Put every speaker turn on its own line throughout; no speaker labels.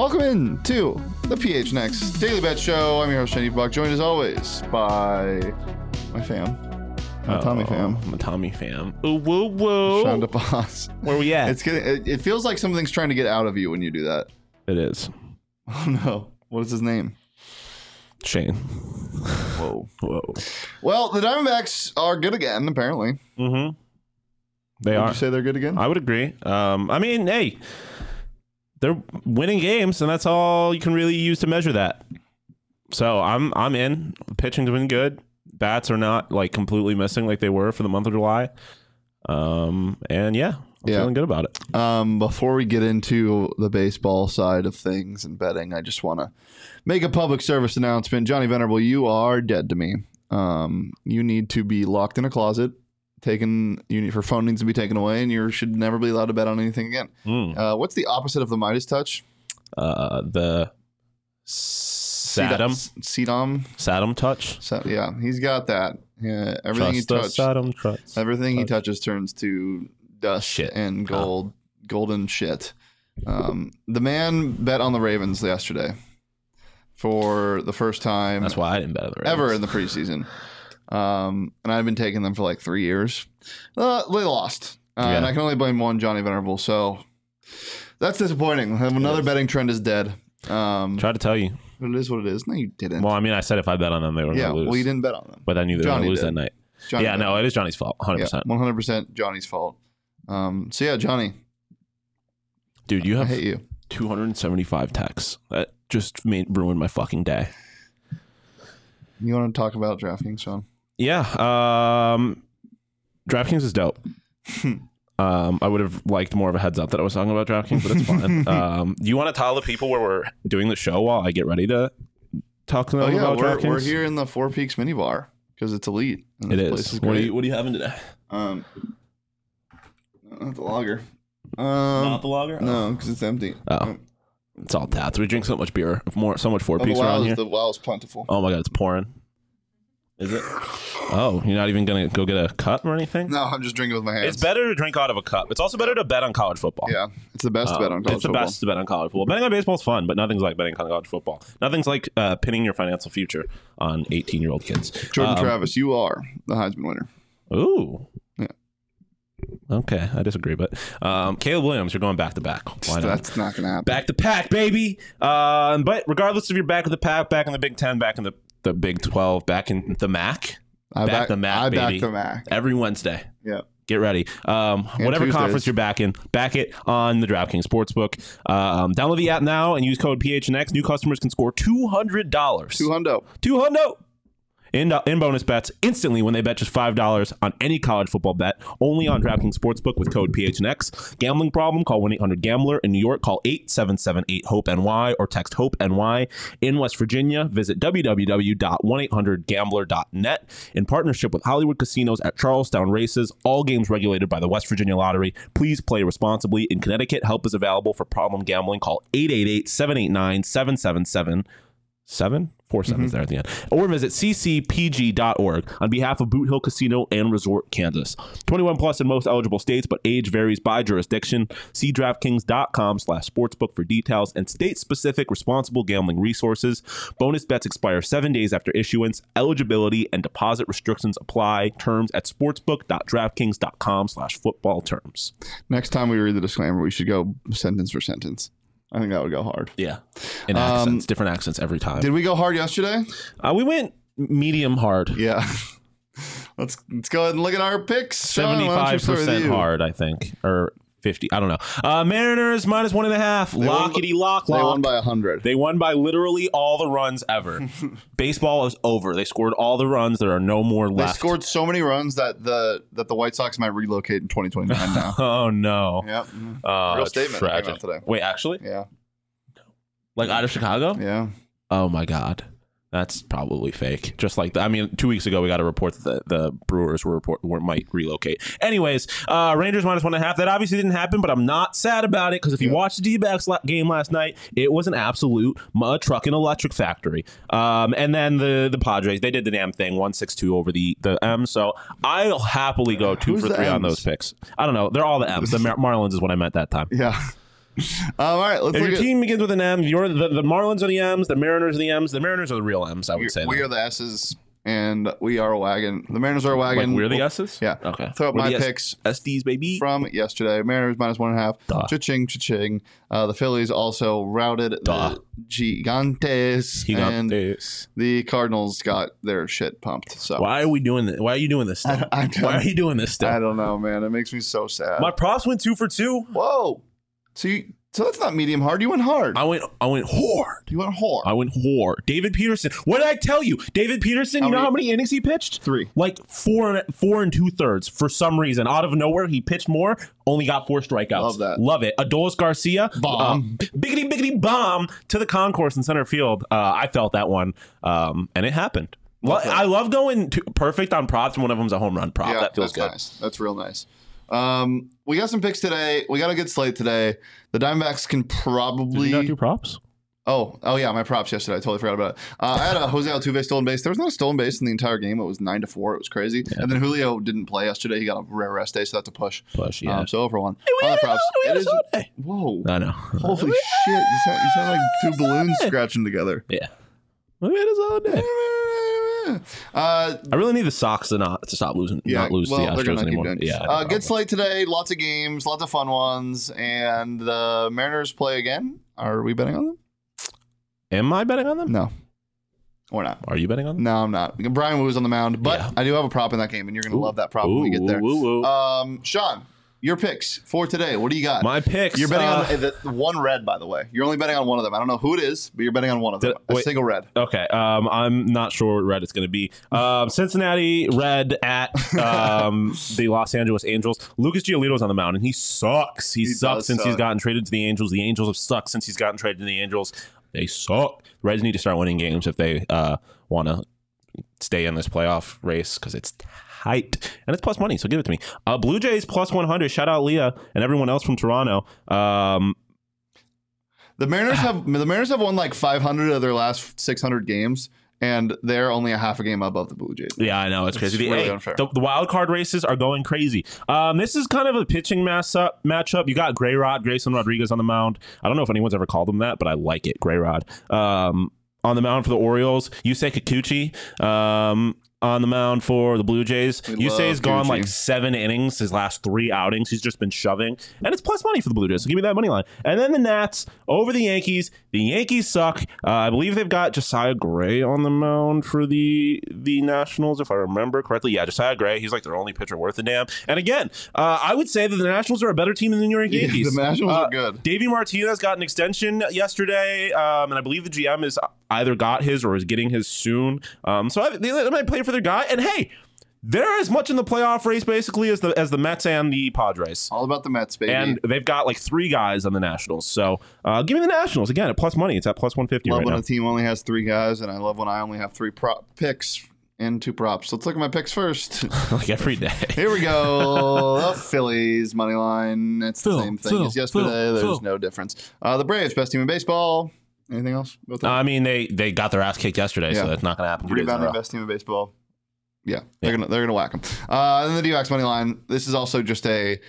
into the PH Next Daily Bet Show. I'm your host, Shane Buck, joined as always by my fam, my Tommy fam,
I'm a Tommy fam. Ooh, woo, woo.
Shonda Boss.
Where we at?
It's getting, it, it feels like something's trying to get out of you when you do that.
it is.
Oh no. What is his name?
Shane.
Whoa.
Whoa.
Well, the Diamondbacks are good again, apparently.
Mm-hmm. They
Would
are.
you say they're good again?
I would agree. Um, I mean, hey, they're winning games, and that's all you can really use to measure that. So I'm I'm in. Pitching's been good. Bats are not like completely missing like they were for the month of July. Um, and yeah, I'm
Yeah.
feeling good about it.
Um, before we get into the baseball side of things and betting, I just want to make a public service announcement. Johnny Venerable, you are dead to me. Um, you need to be locked in a closet. Taken, you need, your phone needs to be taken away, and you should never be allowed to bet on anything again.
Mm.
Uh, what's the opposite of the Midas touch?
Uh, the Saddam
Sedum.
Saddam touch.
So, yeah, he's got that. Yeah, everything he touched,
Saddam trust.
everything he
touch.
touches turns to dust
Shit.
and gold, golden shit. Um, the man bet on the Ravens yesterday for the first time
That's why I didn't bet on the Ravens.
ever in the preseason. Um, and I've been taking them for like three years. Uh, they lost. Uh, And
Yeah.
I can only blame one Johnny Venerable. So that's disappointing. Another
is.
betting trend is dead. Um,
Tried to tell you.
but it is what it is. No, you didn't.
Well, I mean, I said if I bet on them, they were
yeah,
going to lose.
well, you didn't bet on them.
But I knew they were going
Johnny
to lose
did.
that night.
Johnny
yeah,
bet.
no, it is Johnny's fault. 100%.
Yeah, 100% Johnny's fault. Um, so yeah, Johnny,
Dude, you
I
have
hate you.
275 texts. That just made, ruined my fucking day.
You want to talk about DraftKings, Sean?
Yeah. Um, DraftKings is dope. um, I would have liked more of a heads up that I was talking about DraftKings, but it's fine. um, do you want to tell the people where we're doing the show while I get ready to talk to them
Oh yeah,
about
we're,
DraftKings?
we're here in the Four Peaks mini bar because it's elite. And
It
this Place
is.
is
what, are
great.
you, what are you having today?
um, not the lager. Um,
the lager?
no, because it's empty.
Oh, it's all tats. We drink so much beer, more so much four
Oh, the
peaks
wow,
around
is,
here.
the wow is plentiful.
oh my god, it's pouring. Is it? Oh, you're not even gonna go get a cup or anything.
No, I'm just drinking with my hands.
It's better to drink out of a cup. It's also better to bet on college football.
Yeah, it's the best
Um,
bet on college
it's the
football.
best to bet on college football. Betting on baseball is fun, but nothing's like betting on college football. Nothing's like uh, pinning your financial future on 18 year old kids.
Jordan
Um,
Travis, you are the Heisman winner.
Ooh.
Yeah.
Okay, I disagree, but um, Caleb Williams, you're going back to back. Why not?
That's not gonna happen.
back to pack, baby. Um, but regardless if you're back in the pack, back in the Big Ten, back in the, the Big Twelve, back in the MAC,
I
back the Mac,
I
baby.
back the Mac.
every Wednesday.
Yeah.
Get ready. Um,
And
whatever
Tuesdays.
conference you're back in, back it on the DraftKings Sportsbook. Um, download the app now and use code PHNX. New customers can score two hundred dollars.
Two hundo.
Two hundo. In, in bonus bets instantly when they bet just $5 on any college football bet, only on DraftKings Sportsbook with code PHNX. Gambling problem? Call 1 800 Gambler. In New York, call 8778 HOPE NY or text HOPE NY. In West Virginia, visit www.1800gambler.net. In partnership with Hollywood Casinos at Charlestown Races, all games regulated by the West Virginia Lottery. Please play responsibly. In Connecticut, help is available for problem gambling. Call 888 789 777 seven four
Mm-hmm.
sevens there at the end or visit ccpg.org on behalf of boot hill casino and resort kansas 21 plus in most eligible states but age varies by jurisdiction see draftkings.com slash sportsbook for details and state-specific responsible gambling resources bonus bets expire seven days after issuance eligibility and deposit restrictions apply terms at sportsbook.draftkings.com slash football terms
Next time we read the disclaimer, we should go sentence for sentence. I think that would go hard.
yeah in
Um,
accents different accents every time
Did we go hard yesterday?
uh, we went medium hard
Yeah. Let's let's go ahead and look at our picks. Sean, why don't you
Seventy-five
start with
percent
you?
hard, I think, or fifty. I don't know. Uh, Mariners minus one and a half.
won-
Lockety lock
They
lock.
won by hundred.
They won by literally all the runs ever. Baseball is over. They scored all the runs. There are no more
They
left.
scored so many runs that the that the White Sox might relocate in 2029 now.
Oh no.
yep.
Uh,
Real statement that came out today.
Wait, actually,
Yeah.
like out of Chicago?
Yeah.
Oh my god. That's probably fake. Just like that. I mean, two weeks ago we got a report that the, the Brewers were report were, might relocate. Anyways, uh, Rangers minus one and a half. That obviously didn't happen, but I'm not sad about it because if you
Yeah.
watched the D-backs la- game last night, it was an absolute ma- truck and electric factory. Um, and then the the Padres, they did the damn thing, one six two over the the M. So I'll happily go two
Who's
for
the
three on
Ms?
those picks. I don't know. They're all the M's. The Mar- Marlins is what I meant that time.
Yeah. Um, all right, let's
If
look
your
at.
team begins with an M, you're the, the Marlins are the M's, the Mariners are the M's. The Mariners are the real M's, I would say.
we
though.
are the S's, and we are a wagon. The Mariners are a
like,
wagon. Oh,
we're the S's?
Yeah.
Okay.
Throw up
We're
my
the S-
picks
SDs, baby.
from yesterday. Mariners minus one and a half.
Duh.
Cha-ching, cha-ching. Uh, the Phillies also routed
Duh.
the Gigantes,
He got
and
this.
the Cardinals got their shit pumped. So
Why are we doing this? Why are you doing this
I,
stuff?
I
Why are
don't,
you doing this
I
stuff?
don't know, man. It makes me so sad.
My props went two for two.
Whoa. So you, so that's not medium hard. You went hard.
I went I went hard.
you went hard.
I went hard. David Peterson. What did I tell you? David Peterson,
How
you know
many-
how many innings he pitched?
Three.
Like four and four and two thirds for some reason. Out of nowhere, he pitched more, only got four strikeouts.
Love that.
Love it. Adolis Garcia.
Bomb.
uh, biggity biggity bomb to the concourse in center field. Uh, I felt that one. Um, and it happened. Well,
Love that.
I love going to perfect on props, and one of them's a home run prop. that feels
that's
good.
Nice. That's real nice. Um, we got some picks today. We got a good slate today. The Diamondbacks can
Did you not
probably.
do props?
oh, oh yeah, my props yesterday. I totally forgot about it. Uh, I had a Jose Altuve stolen base. There was not a stolen base in the entire game. It was nine to four. It was crazy. And then Julio didn't play yesterday. He got a rare rest day, so that's a push.
Push,
Um, so over one.
we
On the
had a-
props.
we
It
had a
is-
Sunday.
whoa.
I know.
Holy shit! You sound, you sound like two balloons scratching together.
Yeah. Maybe it is all day.
Uh,
I really need the Sox to not to stop losing, not lose
well,
to the
they're gonna
Astros
keep
anymore.
doing it.
Yeah, I
uh,
know.
good slate today. Lots of games, lots of fun ones, and the Mariners play again. Are we betting on them?
Am I betting on them?
No, we're not.
Are you betting on them?
No, I'm not. Brian Wu's on the mound, but
Yeah.
I do have a prop in that game, and you're gonna
Ooh.
love that prop when we get
Ooh,
there.
ooh, ooh.
Um, Sean, your picks for today. What do you got?
My picks.
you're betting
uh,
on the, the one red, by the way. You're only betting on one of them. I don't know who it is, but you're betting on one of them.
Did-
a
wait.
single red.
Okay, um, I'm not sure what red it's going to be. Um, Cincinnati red at um, the Los Angeles Angels. Lucas Giolito's on the mound, and he sucks. He,
He
sucks
does
since he's
suck.
gotten traded to the Angels. The Angels have sucked since he's gotten traded to the Angels. They suck. Reds need to start winning games if they uh, want to stay in this playoff race because it's tight and it's plus money. So give it to me. Uh, Blue Jays plus 100. Shout out Leah and everyone else from Toronto. Um,
The Mariners have the Mariners have won like 500 of their last 600 games, and they're only a half a game above the Blue Jays.
Yeah, I know it's crazy. The,
really
hey,
unfair.
the, the wild card races are going crazy. Um, this is kind of a pitching mass up matchup. You got Grayrod, Grayson Rodriguez on the mound. I don't know if anyone's ever called him that, but I like it, Grayrod. Um, on the mound for the Orioles, Yusei Kikuchi. Um, on the mound for the Blue Jays,
We
Yusei's
love
gone
Kikuchi.
like seven innings his last three outings. He's just been shoving, and it's plus money for the Blue Jays. So give me that money line. And then the Nats over the Yankees. The Yankees suck. Uh, I believe they've got Josiah Gray on the mound for the the Nationals, if I remember correctly. Yeah, Josiah Gray. He's like their only pitcher worth a damn. And again, uh, I would say that the Nationals are a better team than the New York
Yeah,
Yankees.
the Nationals
Uh,
are good.
Davey Martinez got an extension yesterday, um, and I believe the GM is either got his or is getting his soon. Um, so I, they, they might play for their guy. And hey, they're as much in the playoff race basically as the as the Mets and the Padres.
All about the Mets, baby.
And they've got like three guys on the Nationals. So uh, give me the Nationals again at plus money. It's at plus one fifty
love
right
when
now.
a team only has three guys, and I love when I only have three prop picks and two props. Let's look at my picks first.
like every day.
Here we go. the Phillies money line. It's the
Phil,
same thing
Phil,
as yesterday.
Phil,
There's
Phil.
no difference. Uh, the Braves, best team in baseball. Anything else? Both of them?
I mean, they they got their ass kicked yesterday,
Yeah.
so that's not going to happen. two days in a
Rebounding
row.
best team in baseball. Yeah, they're gonna they're gonna whack them. Uh, and then the D-backs money line. This is also just a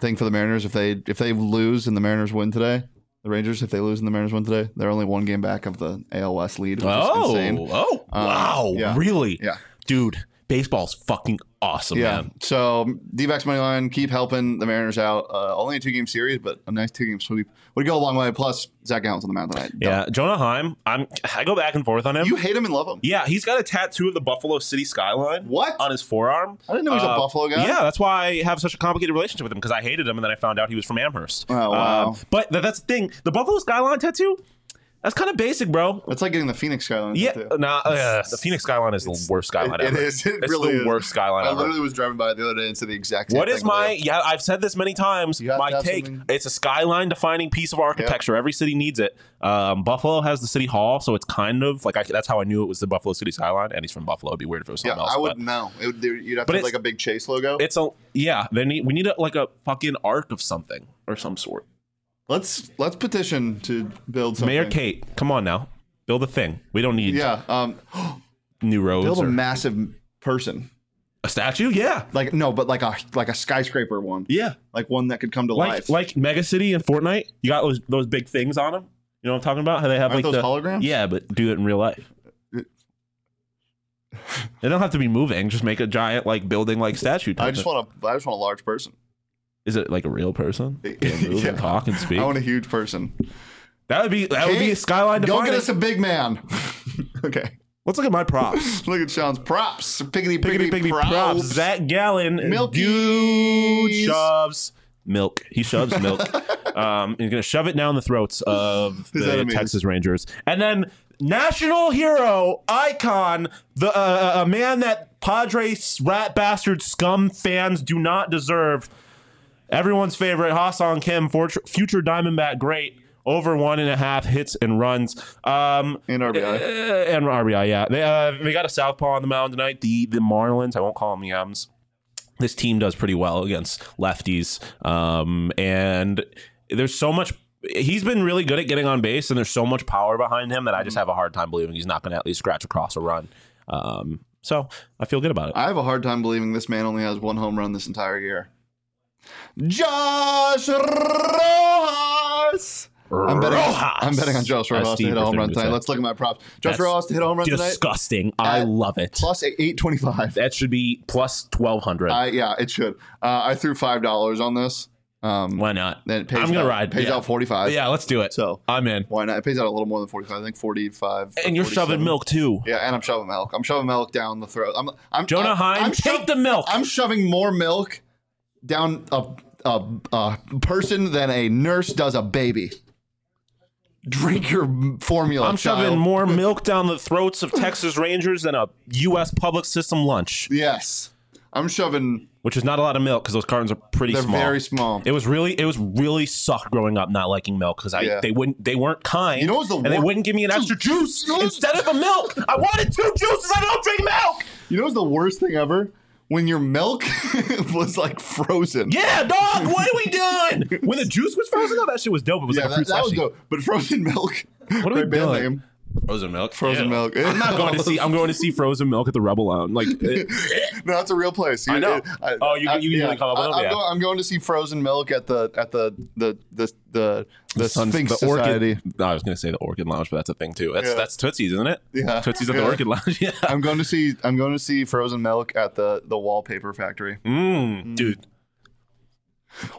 thing for the Mariners. If they if they lose and the Mariners win today, the Rangers if they lose and the Mariners win today, they're only one game back of the AL West lead. Which is insane.
Oh, oh,
Um,
wow,
yeah.
really?
Yeah.
dude, baseball's fucking awesome,
Yeah.
man.
So D-backs money line keep helping the Mariners out. Uh, only a two game series, but a nice two game sweep would go a long way. Plus Zach Allen's on the mound tonight.
Yeah, Jonah Heim. I'm. I go back and forth on him.
You hate him and love him.
yeah, he's got a tattoo of the Buffalo City skyline
What?
on his forearm.
I didn't know he was a
Uh,
Buffalo guy.
Yeah, that's why I have such a complicated relationship with him because I hated him and then I found out he was from Amherst.
Oh, wow.
Um, but th- that's the thing. The Buffalo Skyline tattoo, that's kind of basic, bro.
That's like getting the Phoenix guy on the
Yeah,
tattoo.
nah, uh, the Phoenix Skyline is the worst skyline
it- it
ever.
is. It
Oh, it's
really
the
is.
worst skyline
I
ever.
literally was driving by the other day and said the exact same
What
thing.
is my yeah? I've said this many times.
You have to
My
have
take:
something-
it's a skyline defining piece of architecture. Every city needs it. Um, Buffalo has the city hall, so it's kind of like I, that's how I knew it was the Buffalo City skyline. And he's from Buffalo. It'd be weird if it was
Yeah,
something else.
I would
but
know. It would, there- you'd have
But
to have
it's-
like a big chase logo.
It's a yeah. They need we need a, like a fucking arc of something or some sort.
let's let's petition to build something.
Mayor Kate, come on now, build a thing. We don't need
Yeah. Um,
new roads
build a
or
massive person.
A statue? Yeah.
Like no, but like a like a skyscraper one,
Yeah.
like one that could come to
Like
life.
like Mega City and Fortnite, you got those those big things on them. You know what I'm talking about? How they have
Aren't
like
those
the
holograms?
Yeah, but do it in real life. They don't have to be moving. Just make a giant like building like statue.
I
type
just
thing.
want a I just want a large person.
Is it like a real person? Can it move
Yeah.
and talk and speak.
I want a huge person.
that would be that would be
Hey,
skyline
Go
defining.
get us a big man. okay.
Let's look at my props.
Look at Sean's props. Piggity piggity,
Piggity piggity props. Zach Gallen.
Milky
Dude shoves milk. He shoves milk. um, he's gonna shove it down the throats of
Is that
the
amazing?
Texas Rangers, and then national hero icon, the uh, a man that Padres rat bastard scum fans do not deserve. Everyone's favorite Hassan Kim, fort- future Diamondback great, over one and a half hits and runs. Um,
and RBI.
uh, and RBI, yeah. They uh, they got a southpaw on the mound tonight. The the Marlins, I won't call them the M's. This team does pretty well against lefties, um, and there's so much. He's been really good at getting on base, and there's so much power behind him that I
Mm-hmm.
just have a hard time believing he's not going to at least scratch across a run. Um, so I feel good about it.
I have a hard time believing this man only has one home run this entire year. Josh Rojas. I'm betting,
Rojas!
I'm betting on Josh
As
Rojas to
Steve
hit a home
Griffin
run
would
tonight.
say.
Let's look at my props. Josh
That's
Rojas to hit a home run tonight.
Disgusting. I
At
love it.
Plus 825.
That should be plus twelve hundred.
Uh, yeah, it should. Uh, I threw $5 on this. Um,
Why not?
then it pays
I'm gonna
out,
ride,
Pays
yeah.
out 45.
Yeah, let's do it.
So
I'm in.
why not? It pays out a little more than 45. I think 45. or
And you're
47.
shoving milk too.
Yeah, and I'm shoving milk. I'm shoving milk down the throat. I'm, I'm
Jonah
I'm,
Heim,
I'm
take the milk.
I'm shoving more milk down a, a a person than a nurse does a baby. Drink your m- formula.
I'm shoving
child.
more milk down the throats of Texas Rangers than a U.S. public system lunch,
Yes, I'm shoving.
which is not a lot of milk because those cartons are pretty
They're
small.
very small.
it was really, it was really sucked growing up not liking milk because I
Yeah.
they wouldn't they weren't kind.
You know what's the
and they
wor-
wouldn't give me an extra juice
you know what's-
instead of a milk. I wanted two juices. I don't drink milk.
you know what's the worst thing ever? When your milk was like frozen.
Yeah, dog. What are we doing? when the juice was frozen, though, that shit was dope. It was
Yeah,
like a
that,
fruit
that was
slushie.
dope. But frozen milk.
What are we
Great band
doing?
name.
Frozen milk.
Frozen
Ew.
milk.
I'm not going to see. I'm going to see frozen milk at the Rebel Lounge. Like, it-
No, that's a real place. You-
I know. Oh, you- you
yeah.
usually come up with
I-
them,
I'm,
yeah.
going, I'm going to see Frozen Milk at the at the the the the, the
Suns-
Sphinx
the Orchid-
Society.
No, I was gonna say the Orchid Lounge, but that's a thing too. That's
Yeah.
that's Tootsie's, isn't it?
Yeah.
Tootsie's at the
Yeah.
Orchid Lounge. Yeah.
I'm going to see I'm going to see Frozen Milk at the the Wallpaper Factory.
Mm, dude,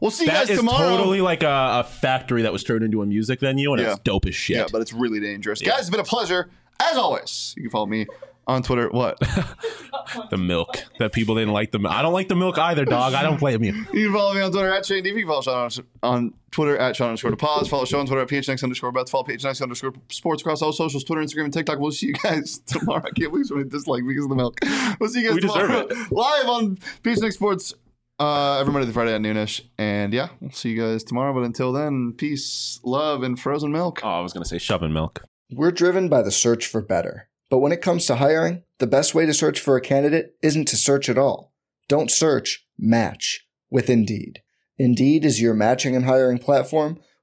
We'll see you
that
guys
is
tomorrow.
totally like a, a factory that was turned into a music venue, and
Yeah.
it's dope as shit.
yeah, but it's really dangerous. Guys, it's been a pleasure as always. You can follow me on Twitter. What?
the milk that people didn't like the. milk. I don't like the milk either, dog. I don't blame you.
You can follow me on Twitter at Shane DV. Follow Sean on, on Twitter at Sean underscore to pause. Follow Sean on Twitter at PHNX underscore Beth. Follow PHNX underscore sports across all socials, Twitter, Instagram, and TikTok. We'll see you guys tomorrow. I can't believe someone disliked me because of the milk. We'll see you guys
We deserve
tomorrow. Live on PHNX Sports uh, every Monday through Friday at noonish. And yeah, we'll see you guys tomorrow. But until then, peace, love, and frozen milk.
Oh, I was gonna say shoving milk.
We're driven by the search for better. But when it comes to hiring, the best way to search for a candidate isn't to search at all. Don't search, match with Indeed. Indeed is your matching and hiring platform